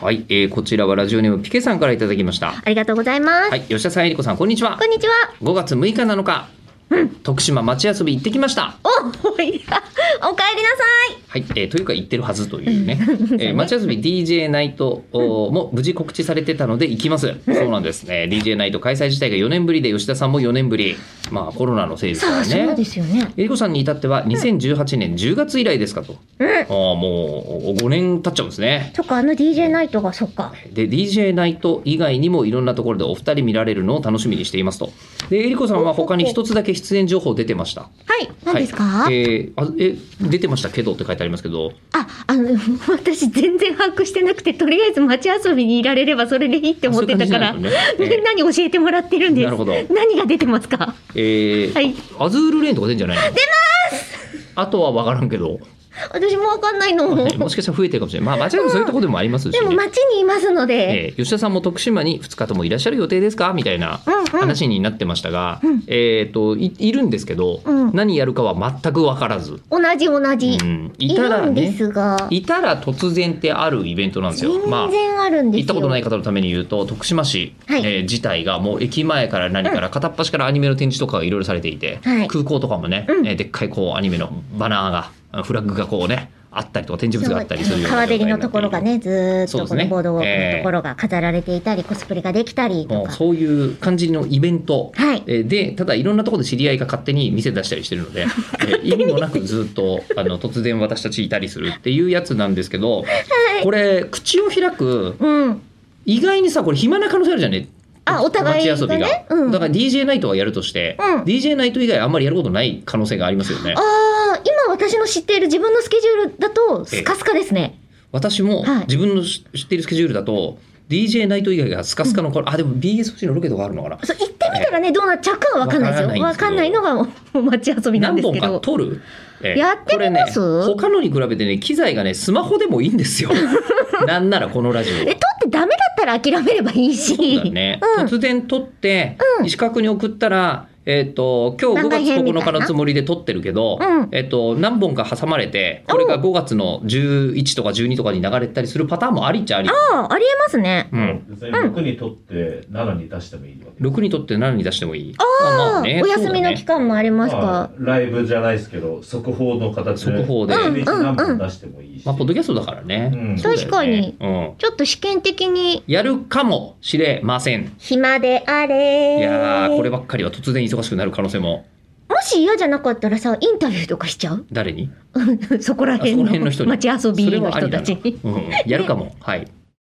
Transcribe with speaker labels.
Speaker 1: はい、えーこちらはラジオネームピケさんからいただきました。
Speaker 2: ありがとうございます。
Speaker 1: はい、吉田さん、えりこさん、こんにちは
Speaker 2: こ。んにちは。
Speaker 1: 5月6日7日、徳島町遊び行ってきました。
Speaker 2: お、いや、お帰りなさい。
Speaker 1: はい、えーというか行ってるはずという ね。えー、町遊び DJ ナイトおーも無事告知されてたので行きます。そうなんです ね。DJ ナイト開催自体が4年ぶりで吉田さんも4年ぶり。まあコロナのせいですから
Speaker 2: そうで
Speaker 1: ね。
Speaker 2: すよね。
Speaker 1: えりこさんに至っては2018年10月以来ですかと。
Speaker 2: うん
Speaker 1: ああもう5年経っちゃうんですね。
Speaker 2: そっか、あの DJ ナイトが、そっか。
Speaker 1: で DJ ナイト以外にもいろんなところでお二人見られるのを楽しみにしていますとでえりこさんは他に一つだけ出演情報出てました
Speaker 2: はい、何ですか、
Speaker 1: はいえーあえ出てましたけどって書いてありますけど
Speaker 2: あ、あの、私全然把握してなくて、とりあえず街遊びにいられればそれでいいって思ってたから、
Speaker 1: あそういう感じなんですね
Speaker 2: みんなに教えてもらってるんです。
Speaker 1: なるほど
Speaker 2: 何が出てますか
Speaker 1: えー
Speaker 2: はい
Speaker 1: アズールレーンとか出んじゃないの出ますあとは分からんけど、
Speaker 2: 私もわかんないの。
Speaker 1: ねもしかしたら増えてるかもしれないまあ間違いなくそういうところでもありますし、
Speaker 2: でも
Speaker 1: ね
Speaker 2: 街にいますので、
Speaker 1: えー吉田さんも徳島に2日ともいらっしゃる予定ですかみたいな
Speaker 2: うんうん
Speaker 1: 話になってましたが、
Speaker 2: ん
Speaker 1: えー、といいるんですけど、
Speaker 2: うん
Speaker 1: 何やるかは全く分からず、
Speaker 2: 同じ同じ。
Speaker 1: うん、
Speaker 2: い
Speaker 1: いたら
Speaker 2: るんで
Speaker 1: ね
Speaker 2: すが、
Speaker 1: いたら突然ってあるイベントなんですよ。まあ
Speaker 2: 全然あるんですよ。
Speaker 1: 行ったことない方のために言うと徳島市、
Speaker 2: はい
Speaker 1: えー自体がもう駅前から何から片っ端からアニメの展示とかがいろいろされていて、
Speaker 2: はい
Speaker 1: 空港とかもね、
Speaker 2: うん
Speaker 1: えーでっかいこうアニメのバナーがあのフラッグがこうねあったりとか展示物があったりするような
Speaker 2: 川べりのところがね、ずーっ
Speaker 1: そうです
Speaker 2: とこ
Speaker 1: ね
Speaker 2: のボードの
Speaker 1: ええ
Speaker 2: ところが飾られていたり、コスプレができた
Speaker 1: も
Speaker 2: りと
Speaker 1: う
Speaker 2: か。
Speaker 1: そういう感じのイベント、
Speaker 2: はい
Speaker 1: えーでただいろんなところで知り合いが勝手に店出したりしてる ので、えー意味もなくずっとあの突然私たちいたりするっていうやつなんですけど、これ口を開く
Speaker 2: うん。
Speaker 1: 意外にさこれ暇な可能性あるじゃんね
Speaker 2: あお互いがね
Speaker 1: 街遊びが、
Speaker 2: うん
Speaker 1: だから DJ ナイトはやるとして、
Speaker 2: うん
Speaker 1: DJ ナイト以外あんまりやることない可能性がありますよね
Speaker 2: ああ、今私の知っている自分のスケジュールだと、スカスカですね。
Speaker 1: 私も
Speaker 2: はい
Speaker 1: 自分の知知っているスケジュールだと DJ ナイト以外がスカスカの頃、あでも BSC のロケとかあるのかな
Speaker 2: そう行ってみたらね、どうなっちゃうかは分かんないですよ。
Speaker 1: わ
Speaker 2: 分
Speaker 1: か
Speaker 2: か
Speaker 1: ん
Speaker 2: ん
Speaker 1: な
Speaker 2: ない
Speaker 1: んですけ
Speaker 2: い
Speaker 1: ど
Speaker 2: のがもう街遊びなん
Speaker 1: 何
Speaker 2: です
Speaker 1: 本
Speaker 2: け
Speaker 1: か
Speaker 2: ど。
Speaker 1: 撮る、ええ
Speaker 2: やってみます
Speaker 1: これね他のに比べてね機材がねスマホでもいいんです よなんならこのラジオ
Speaker 2: え、撮ってダメだったら諦めればいいし。
Speaker 1: そうだね、
Speaker 2: うん
Speaker 1: 突然撮って、
Speaker 2: うん
Speaker 1: 石川君に送ったら、えっと今日5
Speaker 2: 番
Speaker 1: 月
Speaker 2: 外編みたいな
Speaker 1: 9日のつもりで撮ってるけど、
Speaker 2: うん
Speaker 1: えっと何本か挟まれてこれが5月の11とか12とかに流れたりするパターンもありっちゃあり、
Speaker 2: ああ、ありえますね。
Speaker 1: うん、
Speaker 3: 別に6に取って7に出してもいいわけ
Speaker 1: 6にとって7に出してもいいまあま
Speaker 2: あ
Speaker 1: あ
Speaker 2: あ
Speaker 1: ね、
Speaker 2: お休みの期間もあります
Speaker 3: まあ
Speaker 2: か。
Speaker 3: ライブじゃないですけど速報の形で
Speaker 1: 速報で
Speaker 3: 1日何
Speaker 2: うんうんうん
Speaker 3: 本出してもいいし、
Speaker 1: まあ、ポッドキャストだからね、
Speaker 3: うん
Speaker 1: そうだよね
Speaker 2: 確
Speaker 1: うん、
Speaker 2: ちょっと試験的に、
Speaker 1: やるかもしれません
Speaker 2: 暇であれ
Speaker 1: いやーこればっかりは突然忙しくなる可能性も
Speaker 2: もし嫌じゃなかったらさ、インタビューとかしちゃう
Speaker 1: 誰に
Speaker 2: うんそこら
Speaker 1: あそこ
Speaker 2: 辺
Speaker 1: ら
Speaker 2: の
Speaker 1: 辺の人に
Speaker 2: 街遊びの人たち
Speaker 1: それはあり
Speaker 2: に。
Speaker 1: だなうん、やるかも、はい